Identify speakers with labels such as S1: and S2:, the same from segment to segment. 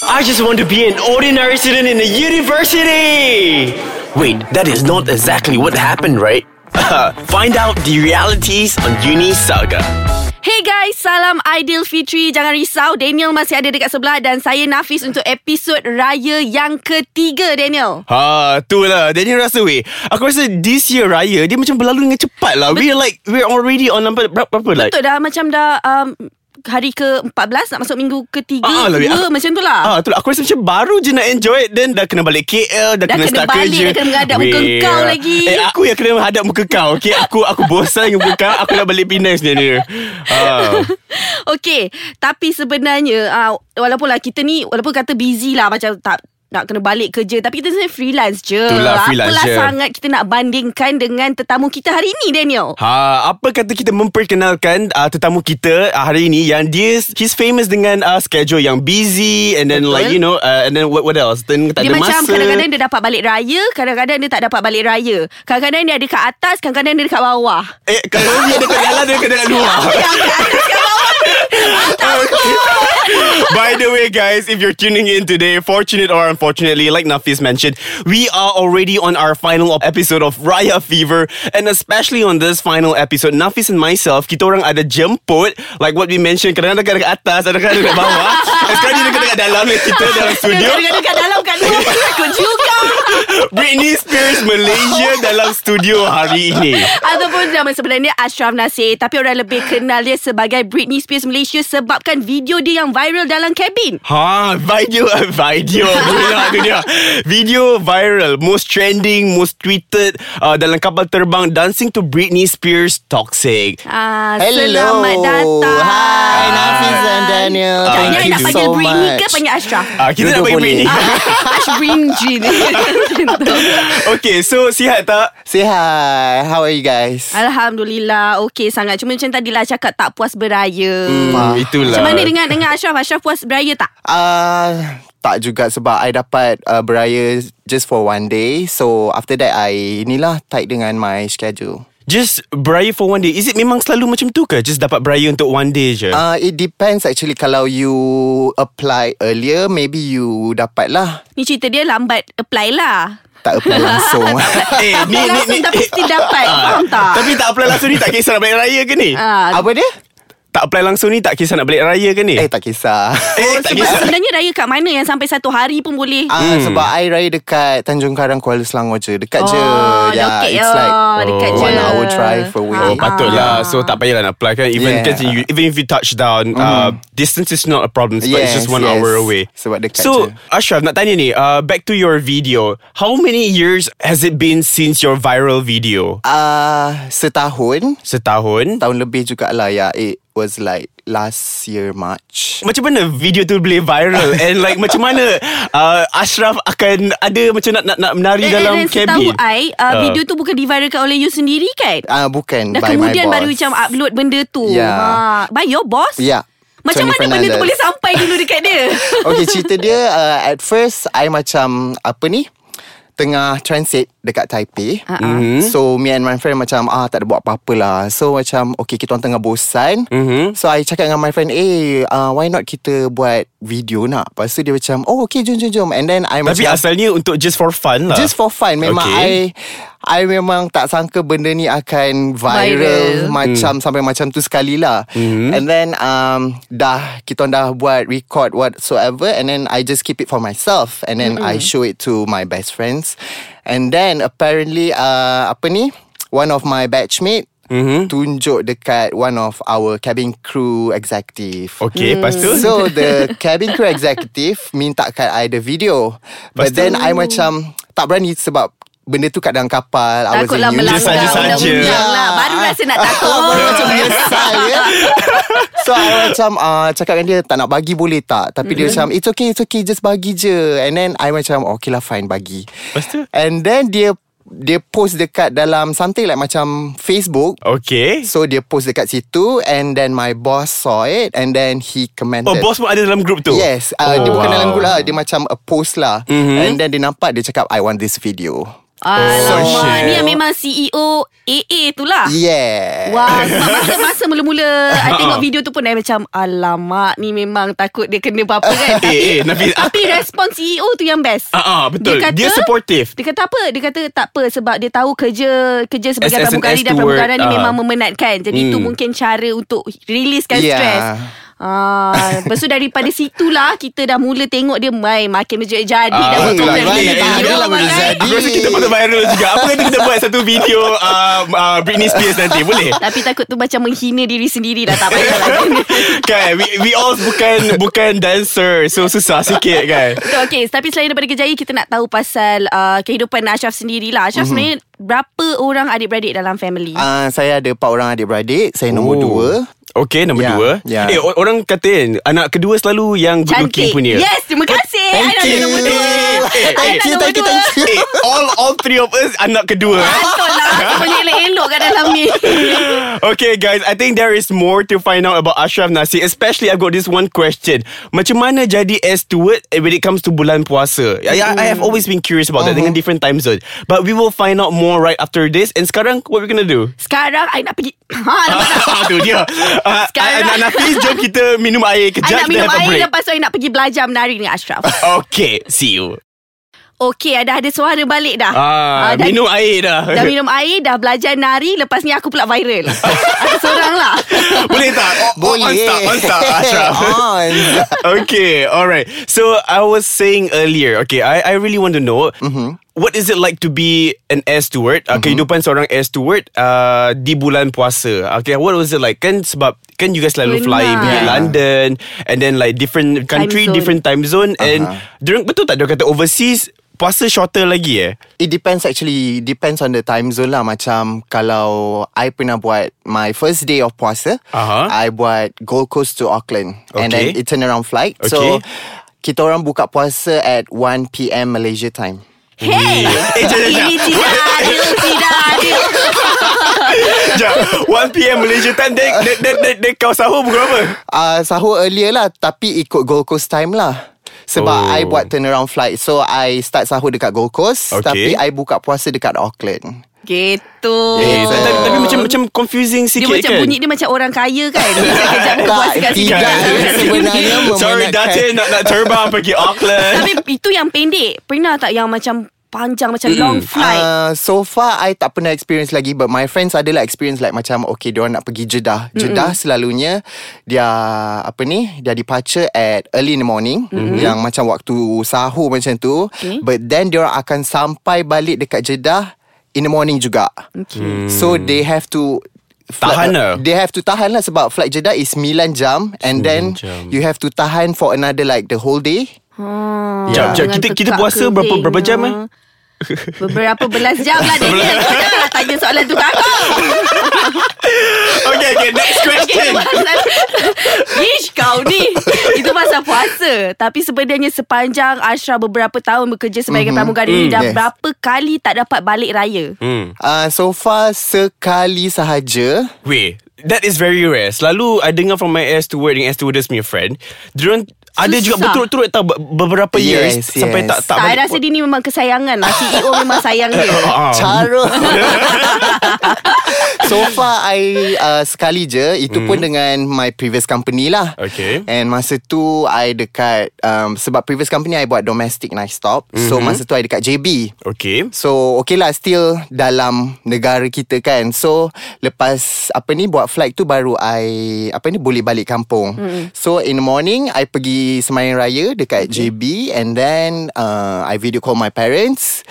S1: I just want to be an ordinary student in a university! Wait, that is not exactly what happened, right? Find out the realities on Uni Saga.
S2: Hey guys, salam Aidilfitri. Jangan risau, Daniel masih ada dekat sebelah dan saya Nafis untuk episod Raya yang ketiga, Daniel.
S3: Ha, tu lah. Daniel rasa weh. Aku rasa this year raya dia macam berlalu dengan cepat lah. We're like we're already on number berapa, berapa like?
S2: Betul dah macam dah um, hari ke-14 nak masuk minggu ketiga,
S3: Ah,
S2: ah,
S3: lah, weh.
S2: dua,
S3: Ah.
S2: macam tu lah.
S3: Ah, tu lah. Aku rasa macam baru je nak enjoy it Then dah kena balik KL Dah, kena
S2: Dah kena
S3: start
S2: balik,
S3: kerja
S2: dah kena menghadap muka
S3: Weh.
S2: kau lagi.
S3: Eh aku yang kena hadap muka kau Okay aku aku bosan dengan muka kau Aku nak balik Penang sebenarnya ah.
S2: Okey, tapi sebenarnya uh, walaupun lah kita ni walaupun kata busy lah macam tak nak kena balik kerja tapi kita sebenarnya freelance je.
S3: Itulah, freelance
S2: Apalah
S3: je.
S2: sangat kita nak bandingkan dengan tetamu kita hari ini Daniel.
S3: Ha, apa kata kita memperkenalkan uh, tetamu kita uh, hari ini yang dia he's famous dengan uh, schedule yang busy and then
S2: Betul.
S3: like you know uh, and then what what else? Then tak
S2: dia
S3: ada
S2: macam
S3: masa.
S2: kadang-kadang dia dapat balik raya, kadang-kadang dia tak dapat balik raya. Kadang-kadang dia ada kat atas, kadang-kadang dia dekat bawah.
S3: eh kadang dia dekat dalam dia dekat dalam luar.
S4: Ah.
S2: Yang kat atas kat bawah.
S3: By the way, guys, if you're tuning in today, fortunate or unfortunately, like Nafis mentioned, we are already on our final episode of Raya Fever. And especially on this final episode, Nafis and myself, kita orang ada jemput, like what we mentioned, kadang-kadang dekat atas, kadang-kadang dekat bawah. And sekarang dia dekat dekat dalam dengan kita dalam studio.
S2: Kadang-kadang kat dalam kat luar pun ikut juga.
S3: Britney Spears Malaysia dalam studio hari ini.
S2: Ataupun nama sebenarnya Ashraf Nasir Tapi orang lebih kenal dia sebagai Britney Spears Malaysia Sebabkan video dia yang viral dalam kabin
S3: Ha, video video pula tu dia. Video viral, most trending, most tweeted uh, dalam kapal terbang dancing to Britney Spears Toxic.
S2: Ah,
S4: Hello.
S2: Selamat datang
S4: Hi, Nafis and Daniel.
S3: Ah,
S2: Daniel
S4: Thank you
S2: nak panggil
S4: so
S2: Britney
S4: much.
S2: ke panggil Ashraf?
S3: Ah, kita nak
S4: Dua-dua
S3: bagi
S4: boleh.
S3: Britney.
S2: Ashbrinji ni
S3: okay, so sihat tak?
S4: Say hi. How are you guys?
S2: Alhamdulillah Okey sangat Cuma macam tadilah cakap tak puas beraya
S4: Ah.
S3: Hmm, itulah.
S2: Macam mana dengan dengan Ashraf? Ashraf puas beraya tak?
S4: Uh, tak juga sebab I dapat uh, beraya just for one day. So after that I inilah tight dengan my schedule.
S3: Just beraya for one day. Is it memang selalu macam tu ke? Just dapat beraya untuk one day je?
S4: Uh, it depends actually kalau you apply earlier maybe you dapat lah.
S2: Ni cerita dia lambat apply lah
S4: Tak apply langsung.
S3: eh, ni, ni, ni.
S2: Langsung tapi still dapat Faham tak?
S3: Tapi tak apply langsung ni tak kisah nak balik raya ke ni?
S2: Ah,
S4: Apa dia?
S3: Tak apply langsung ni tak kisah nak balik raya ke ni?
S4: Eh tak kisah.
S3: eh tak
S2: Oh, Sebab sebenarnya raya kat mana yang sampai satu hari pun boleh.
S4: Ah, hmm. Sebab I raya dekat Tanjung Karang Kuala Selangor je Dekat je
S2: dekat
S4: It's
S2: je.
S4: like
S2: Oh,
S4: oh,
S2: Dekat
S4: One
S2: je.
S4: hour drive away
S2: Ah,
S3: Oh patutlah So tak payahlah nak apply kan Even,
S4: Yeah. Mm-hmm.
S3: kan, you, even if you touch down uh, Distance is not a problem Sebab it's
S4: Yes,
S3: just one
S4: yes.
S3: hour away
S4: Sebab dekat
S3: So
S4: je.
S3: Ashraf nak tanya ni uh, Back to your video How many years has it been Since your viral video?
S4: Ah, setahun
S3: Setahun?
S4: Tahun lebih jugalah ya It was like Last year March
S3: Macam mana video tu boleh viral And like macam mana uh, Ashraf akan ada Macam nak nak, nak menari
S2: Eh, eh,
S3: dalam
S2: dan
S3: kabin
S2: setahu I, uh, video tu bukan diviralkan oleh you sendiri kan?
S4: Ah, Bukan
S2: Dan
S4: by
S2: kemudian
S4: my boss.
S2: baru macam upload benda tu.
S4: Ya.
S2: Ha, by your boss?
S4: Ya.
S2: Macam
S4: Tony
S2: mana benda tu
S4: Fernandez.
S2: boleh sampai dulu dekat dia?
S4: Okay cerita dia uh, At first I macam Apa ni Tengah transit Dekat Taipei
S2: Ah,
S4: mm-hmm. So me and my friend macam ah Tak ada buat apa-apa lah So macam Okay kita orang tengah bosan mm-hmm. So I cakap dengan my friend Eh uh, why not kita buat video nak Lepas tu dia macam Oh okay jom jom jom And then I
S3: Tapi
S4: macam
S3: asalnya untuk just for fun lah
S4: Just for fun Memang
S3: Okay.
S4: okay. I I memang tak sangka Benda ni akan viral,
S2: Viral.
S4: viral. Macam mm. Sampai macam tu sekali lah mm. And then um, Dah Kita orang dah buat Record whatsoever And then I just keep it for myself And then mm. I show it to My best friends And then apparently uh, Apa ni One of my batchmate mm-hmm. Tunjuk dekat One of our Cabin crew executive
S3: Okay lepas tu
S4: Hmm. So the cabin crew executive Mintakan I the video But then I macam Tak berani sebab Benda tu kat dalam kapal I was
S2: Takutlah
S4: in uni.
S2: melanggar
S3: saja-saja.
S2: undang-undang lah. Baru rasa nak takut.
S4: Baru macam menyesal ya So I macam uh, Cakap dengan dia Tak nak bagi boleh tak Tapi mm-hmm. dia macam It's okay it's okay Just bagi je And then I macam Okay lah fine bagi
S3: Lepas tu?
S4: And then dia Dia post dekat dalam Something like macam Facebook
S3: Okay
S4: So dia post dekat situ And then my boss saw it And then he commented
S3: Oh bos pun ada dalam group tu
S4: Yes uh, oh, Dia bukan
S3: wow.
S4: dalam group lah Dia macam a post lah mm-hmm. And then dia nampak Dia cakap I want this video
S2: Alamak
S3: Oh, shit.
S2: Ni yang memang E CEO AA tu lah
S4: Yeah.
S2: Wah, sebab masa-masa mula-mula I tengok video tu pun I macam Alamak ni memang takut dia kena apa-apa kan
S3: Eh, eh, Nafis. Ah,
S2: Tapi respon CEO tu yang best
S3: ah, ah, betul. Dia,
S2: Dia kata-
S3: supportive.
S2: Dia kata apa? Dia kata tak apa sebab dia tahu kerja kerja
S3: As-
S2: sebagai
S3: as an
S2: pramugari dan
S3: steward,
S2: pramugara ni
S3: ah.
S2: memang memenatkan. Jadi itu
S3: Hmm. Ya.
S2: mungkin cara untuk releasekan
S4: Yeah.
S2: stres. Ah, lepas tu daripada situlah kita dah mula tengok dia mai makin menjadi-jadi
S3: Ah,
S2: dah betul
S4: betul lah.
S2: kan.
S4: Dia
S2: Dia
S4: tak ada lah
S2: orang
S4: benda
S2: kan?
S4: jadi.
S3: Aku rasa kita patut viral juga. Apa kata kita buat satu video uh, uh, Britney Spears nanti, boleh?
S2: Tapi takut tu macam menghina diri sendiri dah tak payah lah.
S3: kan, we, we all bukan bukan dancer. So, susah sikit kan.
S2: Betul, okay. Tapi selain daripada kerjaya, kita nak tahu pasal uh, kehidupan Ashraf sendirilah.
S3: Mhm.
S2: Ashraf mm-hmm. sebenarnya berapa orang adik-beradik dalam family?
S4: Ah, saya ada empat orang adik-beradik. Saya nombor dua.
S3: Oh. Okay, nombor
S4: Ya,
S3: dua.
S4: ya.
S3: Eh, o- orang kata anak kedua selalu yang good looking
S2: Cantik.
S3: punya.
S2: Yes, terima kasih. I dah ada
S3: you.
S2: nombor dua.
S3: Eh, eh,
S2: I dah
S4: you,
S2: nombor
S4: thank you,
S2: dua.
S4: thank you.
S3: Eh, all all three of us anak kedua. eh.
S2: Betul lah Aku punya elok-elok kat dalam ni
S3: Okay guys, I think there is more to find out about Ashraf Nasi. Especially I've got this one question. Macam mana jadi air steward eh, when it comes to bulan puasa? I, I, I
S2: Mm.
S3: have always been curious about that
S2: Uh-huh.
S3: dengan different time zone. But we will find out more right after this. And sekarang, what we're gonna do?
S2: Sekarang I nak pergi Ha nampak tak
S3: Ah, tu dia. Uh,
S2: Sekarang-
S3: Anak Nafis, jom kita minum air
S2: I
S3: kejap.
S2: nak
S3: kita
S2: minum
S3: have a
S2: air
S3: break.
S2: Lepas tu I nak pergi belajar menari dengan Ashraf
S3: Okay, see you.
S2: Okay I dah ada suara balik dah
S3: Ah,
S2: Ah, dah,
S3: minum air dah.
S2: Dah minum air Dah belajar nari Lepas ni aku pula viral Aku seorang lah
S3: Boleh tak? O- o-
S4: Boleh.
S3: Oh, On start, on start, Ashraf.
S4: on.
S3: okay, all right. So I was saying earlier, okay, I, I really want to know what is it like to be an air steward, uh, kehidupan seorang air steward uh, di bulan puasa. Okay, what was it like? Kan sebab kan you guys selalu fly
S2: Benar.
S3: pergi
S2: Yeah.
S3: London and then like different country,
S2: zone.
S3: different time zone and during betul tak dia kata overseas puasa shorter lagi eh?
S4: It depends actually Depends on the time zone lah Macam Kalau I pernah buat My first day of puasa
S3: Aha.
S4: I buat Gold Coast to Auckland And
S3: Okay.
S4: then It's an around flight
S3: Okay.
S4: So Kita orang buka puasa At 1pm Malaysia time
S2: Hey
S3: Eh, jap, jap, jap.
S2: Ini tidak adil Tidak adil
S3: Sekejap 1pm Malaysia time Dia, dia, dia, dia, dia kau sahur pukul apa?
S4: uh, Sahur earlier lah Tapi ikut Gold Coast time lah sebab
S3: Oh.
S4: oh. I buat turnaround flight So I start sahur dekat Gold Coast
S3: Okay.
S4: Tapi I buka puasa dekat Auckland
S2: Gitu
S3: Eh, tapi, tapi macam macam confusing
S2: Dia
S3: sikit
S2: macam
S3: kan?
S2: bunyi Dia macam orang kaya kan Dia kejap puas kat
S4: Tak
S2: sini
S4: Tidak Sebenarnya
S3: Sorry
S4: memenatkan-
S3: Datin nak, nak terbang pergi Auckland
S2: Tapi itu yang pendek Pernah tak yang macam Panjang macam long flight
S3: Ah.
S4: Uh, so far I tak pernah experience lagi But my friends adalah experience Like macam Okay diorang nak pergi Jeddah Jeddah selalunya Dia Apa ni Dia departure at Early in the morning mm-hmm. Yang macam waktu Sahur macam tu
S2: Okay.
S4: But then diorang akan Sampai balik dekat Jeddah In the morning juga okay. So they have to
S3: Hmm.
S4: uh,
S3: Tahan lah.
S4: They have to tahan lah Sebab flight Jeddah is 9 jam And then
S3: jam.
S4: You have to tahan For another like The whole day
S2: Hmm,
S3: Jap, jap.
S2: dengan
S3: Kita- kita
S2: tekak
S3: puasa
S2: kering
S3: berapa- berapa jam, eh?
S2: lah. Beberapa belas jam lah Daniel Kau janganlah tanya soalan tu kat aku
S3: Okay okay next
S2: Itu
S3: question
S2: pasal Ish kau ni Itu pasal puasa Tapi sebenarnya sepanjang Ashraf beberapa tahun Bekerja
S3: Mhm.
S2: sebagai pramugari ni
S4: Mm,
S2: Dah
S4: yes.
S2: berapa kali tak dapat balik raya
S3: Mm. Hmm.
S4: uh, So far Sekali sahaja
S3: Wait That is very rare Selalu I dengar from my air steward And air stewardess punya friend Diorang ada juga
S2: Susah.
S3: berturut-turut tau be- Beberapa years
S4: Yes,
S3: Sampai
S4: yes.
S3: tak tak
S2: Tak, I
S3: balik.
S2: rasa dia ni memang kesayangan lah CEO memang sayang dia
S3: Ah,
S4: Cara So far I uh, Sekali je Itu pun dengan My previous company lah
S3: Okay.
S4: And masa tu I dekat um, Sebab previous company I buat domestic night stop mm-hmm. So masa tu I dekat JB
S3: Okay
S4: So okay lah Still dalam Negara kita kan So Lepas Apa ni Buat flight tu Baru I Apa ni Boleh balik kampung mm. So in the morning I pergi Semayang Raya Dekat JB And then uh, I video call my parents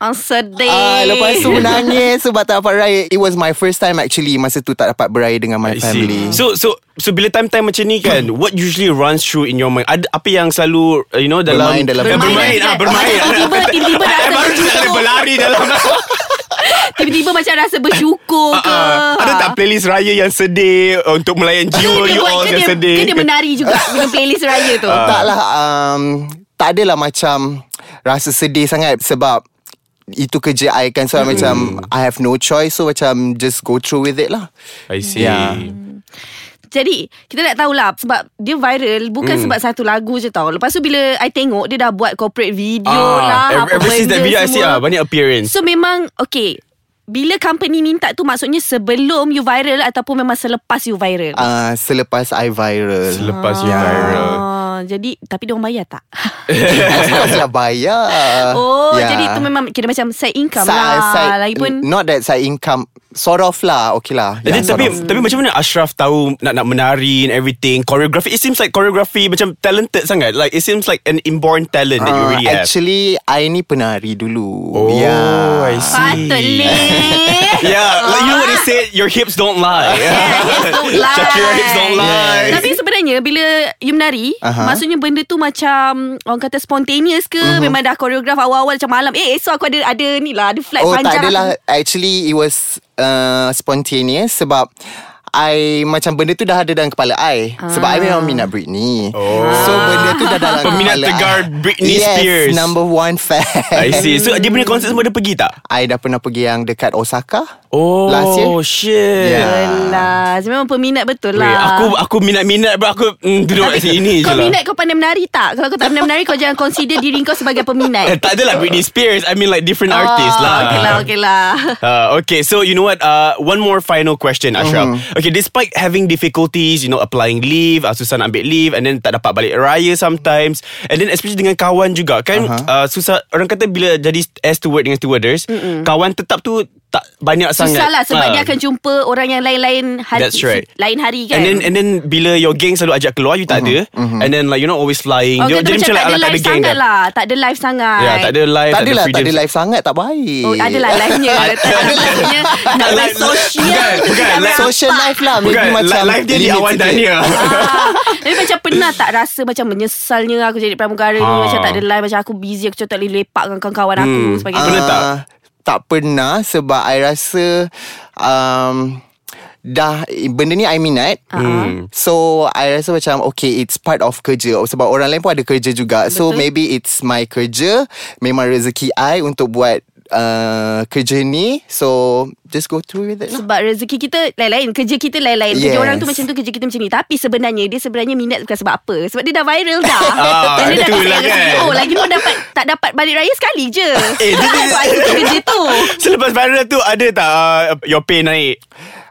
S2: Ang sedih
S4: Ah, lepas tu menangis sebab tak dapat raya. It was my first time actually masa tu tak dapat beraya dengan
S3: I
S4: my
S3: see.
S4: family.
S3: So so so bila time-time macam ni kan, what usually runs through in your mind? Ada apa yang selalu uh, you know dalam
S4: Bermain dalam
S3: bermain,
S4: Bermain,
S3: bermain, ah, bermain.
S2: Tiba-tiba Tiba-tiba dah
S3: Eh, baru
S2: rasa
S3: juga ada berlari dalam
S2: Tiba-tiba macam rasa bersyukur ke Kan
S3: Ah, Ada tak playlist raya yang sedih uh, Untuk melayan jiwa
S2: Dia
S3: you
S2: buat
S3: all
S2: ke
S3: yang
S2: dia,
S3: sedih Ah.
S2: ke dia menari juga Dengan playlist raya tu
S4: tak lah um, tak adalah macam rasa sedih sangat sebab itu kerja I kan
S2: Hmm.
S4: so I macam
S3: Ya.
S4: I have no choice so macam just go through with it lah.
S3: I see
S4: Yeah.
S2: Jadi kita nak tahulah sebab dia viral
S3: Hmm.
S2: bukan mm. sebab satu lagu je tau. Lepas tu bila I tengok dia dah buat corporate video lah
S3: Ah, ever,
S2: apa
S3: ever since that
S2: benda
S3: video I see
S2: semua.
S3: ah, banyak appearance.
S2: So memang okay. Bila company minta tu maksudnya sebelum you viral ataupun memang selepas you viral.
S4: Uh, selepas I viral
S3: Selepas you viral.
S2: Ah, jadi tapi dia orang bayar tak?
S4: Of course lah bayar
S2: Oh,
S4: Yeah.
S2: jadi tu memang kira macam side income lah. Lagipun
S4: Not that side income Sort of lah Okay lah
S3: Jadi,
S4: sort
S3: Eh, tapi
S4: of.
S3: tapi macam mana Ashraf tahu nak nak menari and everything choreography it seems like choreography macam talented sangat like it seems like an inborn talent that you
S4: Uh,
S3: really have.
S4: Actually I ni penari dulu Ya.
S3: Oh,
S4: yeah.
S3: I see.
S2: patut leh.
S3: Yeah, like you know what they say, your hips don't lie.
S2: hips don't lie.
S3: Shakira hips don't lie.
S2: Tapi sebenarnya bila you menari,
S4: Aha.
S2: uh-huh. maksudnya benda tu macam orang kata spontaneous ke
S3: Mhm.
S2: uh-huh. memang dah koreograf awal-awal macam malam. Eh esok aku ada ada ni lah, ada flight
S4: Oh
S2: panjang.
S4: tak adalah
S2: aku-
S4: Actually it was uh, Spontaneous Sebab I macam benda tu dah ada dalam kepala I Sebab
S2: Ah.
S4: I memang minat Britney oh. So benda tu dah dalam
S3: Peminat
S4: kepala
S3: tegar
S4: I.
S3: Britney
S4: yes,
S3: Spears.
S4: number one fan
S3: I see. So dia punya konsert semua dia pergi tak?
S4: I dah pernah pergi yang dekat Osaka
S3: Oh,
S4: Last year
S3: shit.
S4: Yeah.
S2: Alah, memang peminat betul
S3: Wait, Ya.
S2: lah.
S3: aku aku minat-minat bro aku mm, duduk kat sini je
S2: kau
S3: lah.
S2: minat kau pandai menari tak? Kalau kau tak pandai menari kau jangan consider diri kau sebagai
S3: Eh,
S2: peminat.
S3: tak adalah Britney Spears. I mean like different artists lah.
S2: Oh. Okay lah, okay lah.
S3: Uh, okay, so you know what? Uh, one more final question, Ashraf. Okay, despite having difficulties, you know, applying leave, uh, susah nak ambil leave, and then tak dapat balik raya sometimes, and then especially dengan kawan juga, kan? Uh-huh. Uh, susah. Orang kata bila jadi air steward dengan stewardess, Mm-mm. kawan tetap tu tak banyak sangat.
S2: Susah lah sebab
S3: Ah.
S2: dia akan jumpa orang yang lain-lain hari.
S3: That's right.
S2: Lain hari kan.
S3: And then and then bila your gang selalu ajak keluar you tak ada and then like you're not always flying.
S2: Oh,
S3: Dia-
S2: kata
S3: jadi
S2: macam tak
S3: ala
S2: ada live
S3: gang kan?
S2: sangat
S3: dah.
S2: lah. Tak ada live sangat.
S3: Ya, tak ada live,
S4: Tak adalah tak
S3: freedom.
S4: ada live sangat Tak baik
S3: Eh.
S2: Oh, ada lah live-nya. tak ada live-nya. Nak
S3: Tak
S2: live
S3: live-
S2: social.
S3: bukan, bukan,
S2: Tak
S3: live-
S4: Social
S2: nampak.
S4: life lah
S3: Bukan,
S4: Maybe macam
S3: li- live dia di
S4: limit
S3: awan
S4: sikit.
S3: dania.
S2: Ah, Tapi macam pernah tak rasa macam menyesalnya aku jadi pramugara ni
S3: Ah.
S2: macam tak ada live macam aku busy aku macam tak boleh lepak dengan kawan-kawan aku
S3: Hmm.
S2: sebagainya.
S3: Pernah
S4: Ah,
S3: tak?
S4: Tak pernah sebab I rasa um, dah benda ni I minat.
S2: Ah.
S3: Hmm.
S4: So I rasa macam okay it's part of kerja sebab orang lain pun ada kerja juga. So
S2: Betul.
S4: maybe it's my kerja memang rezeki I untuk buat uh, kerja ni. So just go through with it lah.
S2: Sebab rezeki kita lain-lain Kerja kita lain-lain Kerja
S4: Yes.
S2: orang tu macam tu Kerja kita macam ni Tapi sebenarnya Dia sebenarnya minat bukan sebab apa Sebab dia dah viral dah
S3: Ah,
S2: Dan dia dah
S3: itulah
S2: kasi
S3: kan.
S2: Oh lagi pun dapat Tak dapat balik raya sekali je
S3: Eh, dia- dia-
S2: Sebab aku kerja tu
S3: Selepas viral tu ada tak uh, your pay naik?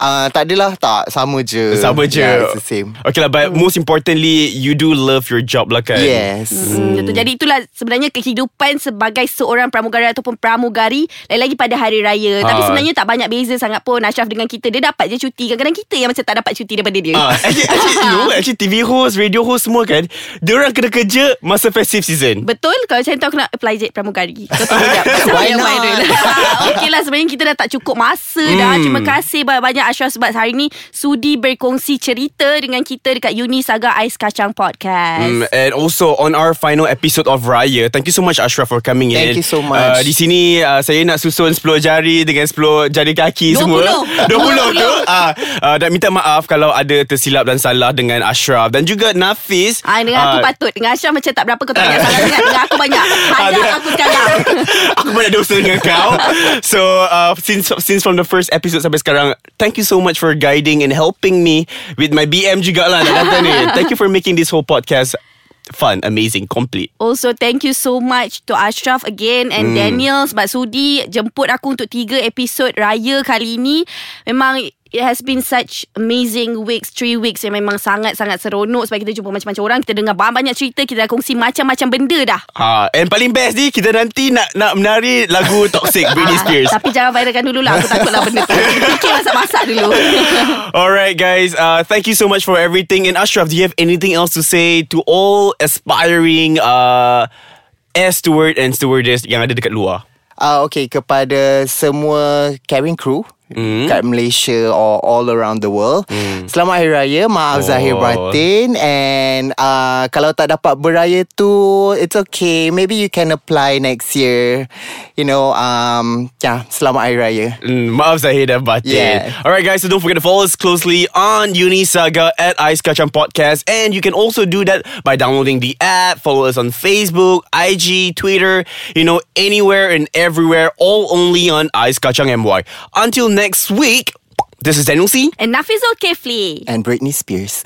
S4: Uh, tak adalah tak sama je.
S3: Sama je.
S4: Uh, Yeah, it's the same.
S3: Okay lah, but most importantly, you do love your job lah kan?
S4: Yes.
S2: Hmm. Jadi itulah sebenarnya kehidupan sebagai seorang pramugara ataupun pramugari Lagi-lagi pada hari raya Tapi
S3: Ah.
S2: sebenarnya tak banyak beza sangat pun Ashraf dengan kita Dia dapat je cuti Kadang-kadang kita yang macam tak dapat cuti daripada dia
S3: Ah, actually, actually, you know, actually TV host, radio host semua kan, diorang kena kerja masa festive season.
S2: Betul Kalau macam tu aku nak apply je pramugari Kau tunggu jap
S4: Why not?
S2: okay lah sebenarnya kita dah tak cukup masa hmm. dah Terima kasih banyak-banyak Ashraf Sebab hari ni sudi berkongsi cerita dengan kita Dekat Uni Saga Ais
S3: Mm,
S2: Kacang Podcast
S3: and also on our final episode of Raya Thank you so much Ashraf for coming in
S4: Thank you so much.
S3: uh, Di sini uh, saya nak susun 10 jari dengan 10 jari kaki
S2: 20.
S3: semua 20 tu
S2: 20.
S3: uh, uh, Dan minta maaf kalau ada tersilap dan salah dengan Ashraf Dan juga Nafis
S2: Ah, dengan aku
S3: Ah,
S2: patut Dengan Ashraf macam tak berapa Kau tak banyak salah sangat Dengan aku banyak Hajar
S3: dengan-
S2: aku sekarang
S3: Aku banyak dosa dengan kau So uh, since since from the first episode sampai sekarang Thank you so much for guiding and helping me With my BM jugalah nak kata ni Thank you for making this whole podcast Fun, amazing, complete
S2: Also thank you so much To Ashraf again And Daniel Sebab sudi Jemput aku untuk Tiga episod Raya kali ini Memang It has been such amazing weeks Three weeks yang memang sangat-sangat seronok Sebab kita jumpa macam-macam orang Kita dengar banyak-banyak cerita Kita dah kongsi macam-macam benda dah
S3: Ha, and paling best ni kita nanti nak nak menari lagu Toxic Britney
S2: Ah,
S3: Spears.
S2: Tapi jangan viralkan dulu lah Aku takutlah benda tu Fikir masak-masak dulu
S3: Alright guys, uh, thank you so much for everything. And Ashraf, do you have anything else to say to all aspiring uh, air steward and stewardess yang ada dekat luar?
S4: Uh, okay, kepada semua cabin crew mm. kat Malaysia or all around the world. Mm. Selamat Hari Raya, maaf
S3: Oh.
S4: oh. zahir batin and uh, kalau tak dapat beraya tu, it's okay. Maybe you can apply next year. You know, um, yeah, selamat Hari Raya.
S3: Mm, maaf Zahir dan Batin.
S4: Yeah.
S3: Alright guys, so don't forget to follow us closely on Unisaga at Ice Kacang Podcast. And you can also do that by downloading the app. Follow us on Facebook, IG, Twitter, you know, anywhere and everywhere, all only on Ice Kacang MY. Until next week,
S5: This is Daniel C.
S3: And Nafizul Kefli.
S2: and Britney Spears.